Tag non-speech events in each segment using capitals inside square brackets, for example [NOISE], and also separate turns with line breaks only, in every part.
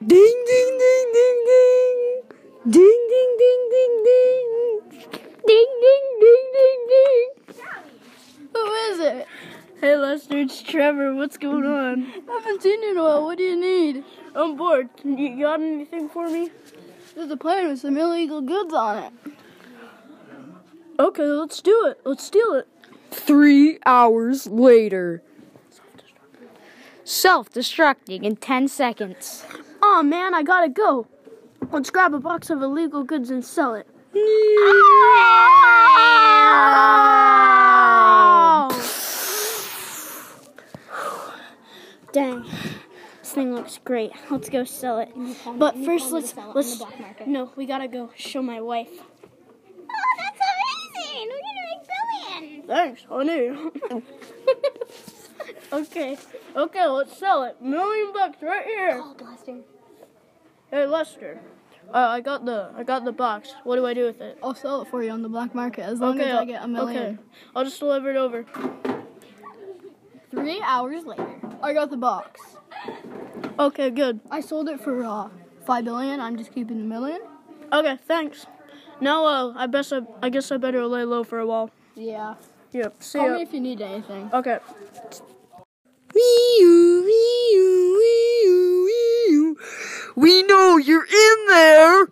Ding ding ding ding ding. Ding ding ding ding ding. Ding ding ding ding ding.
Who is it?
Hey Lester, it's Trevor. What's going
[LAUGHS]
on?
I haven't seen you in a while. What do you need?
I'm bored. You got anything for me?
There's a plane with some illegal goods on it.
Okay, let's do it. Let's steal it. Three hours later.
Self destructing in 10 seconds.
Aw, man, I gotta go. Let's grab a box of illegal goods and sell it. Dang. This thing looks great. Let's go sell it. But first, let's let's. No, we gotta go show my wife.
Thanks, honey. [LAUGHS]
Okay.
okay, let's sell it. Million bucks right here. Hey Lester, uh, I got the I got the box. What do I do with it?
I'll sell it for you on the black market as long as I get a
okay.
million.
I'll just deliver it over.
Three hours later, I got the box.
Okay, good.
I sold it for uh, five billion. I'm just keeping a million.
Okay, thanks. Now, uh, I guess I, I guess I better lay low for a while.
Yeah.
Yep. See
Call
ya.
me if you need anything.
Okay.
Wee oo, wee oo, wee oo, wee oo. We know you're in there.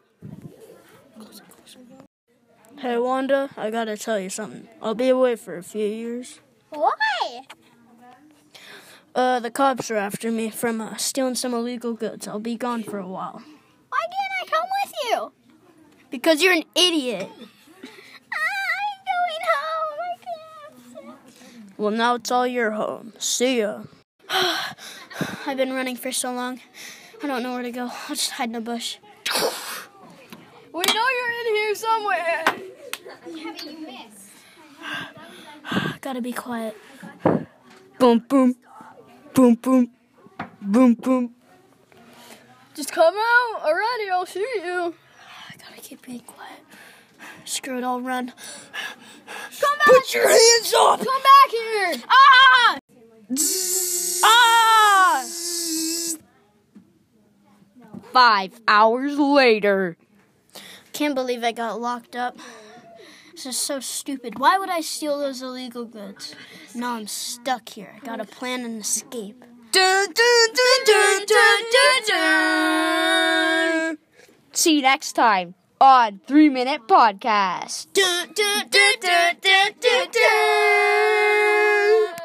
Hey Wanda, I gotta tell you something. I'll be away for a few years. Why? Uh, the cops are after me from uh, stealing some illegal goods. I'll be gone for a while.
Why didn't I come with you? Because you're an idiot.
Well, now it's all your home. See ya. [SIGHS]
I've been running for so long. I don't know where to go. I'll just hide in a bush.
We know you're in here somewhere.
Gotta be quiet.
Boom, boom, boom, boom, boom, boom.
Just come out already. I'll shoot you.
I [SIGHS] gotta keep being quiet. Screw it, I'll run.
Put your hands up.
Come back here.
Ah!
Ah!
Five hours
Later.
Can't believe I got locked up. This is so stupid. Why would I steal those illegal goods? Now I'm stuck here. I gotta plan an escape.
Dun, dun, dun, dun, dun, dun, dun.
See you next time on Three Minute Podcast.
Dun, dun, dun, dun, dun, dun.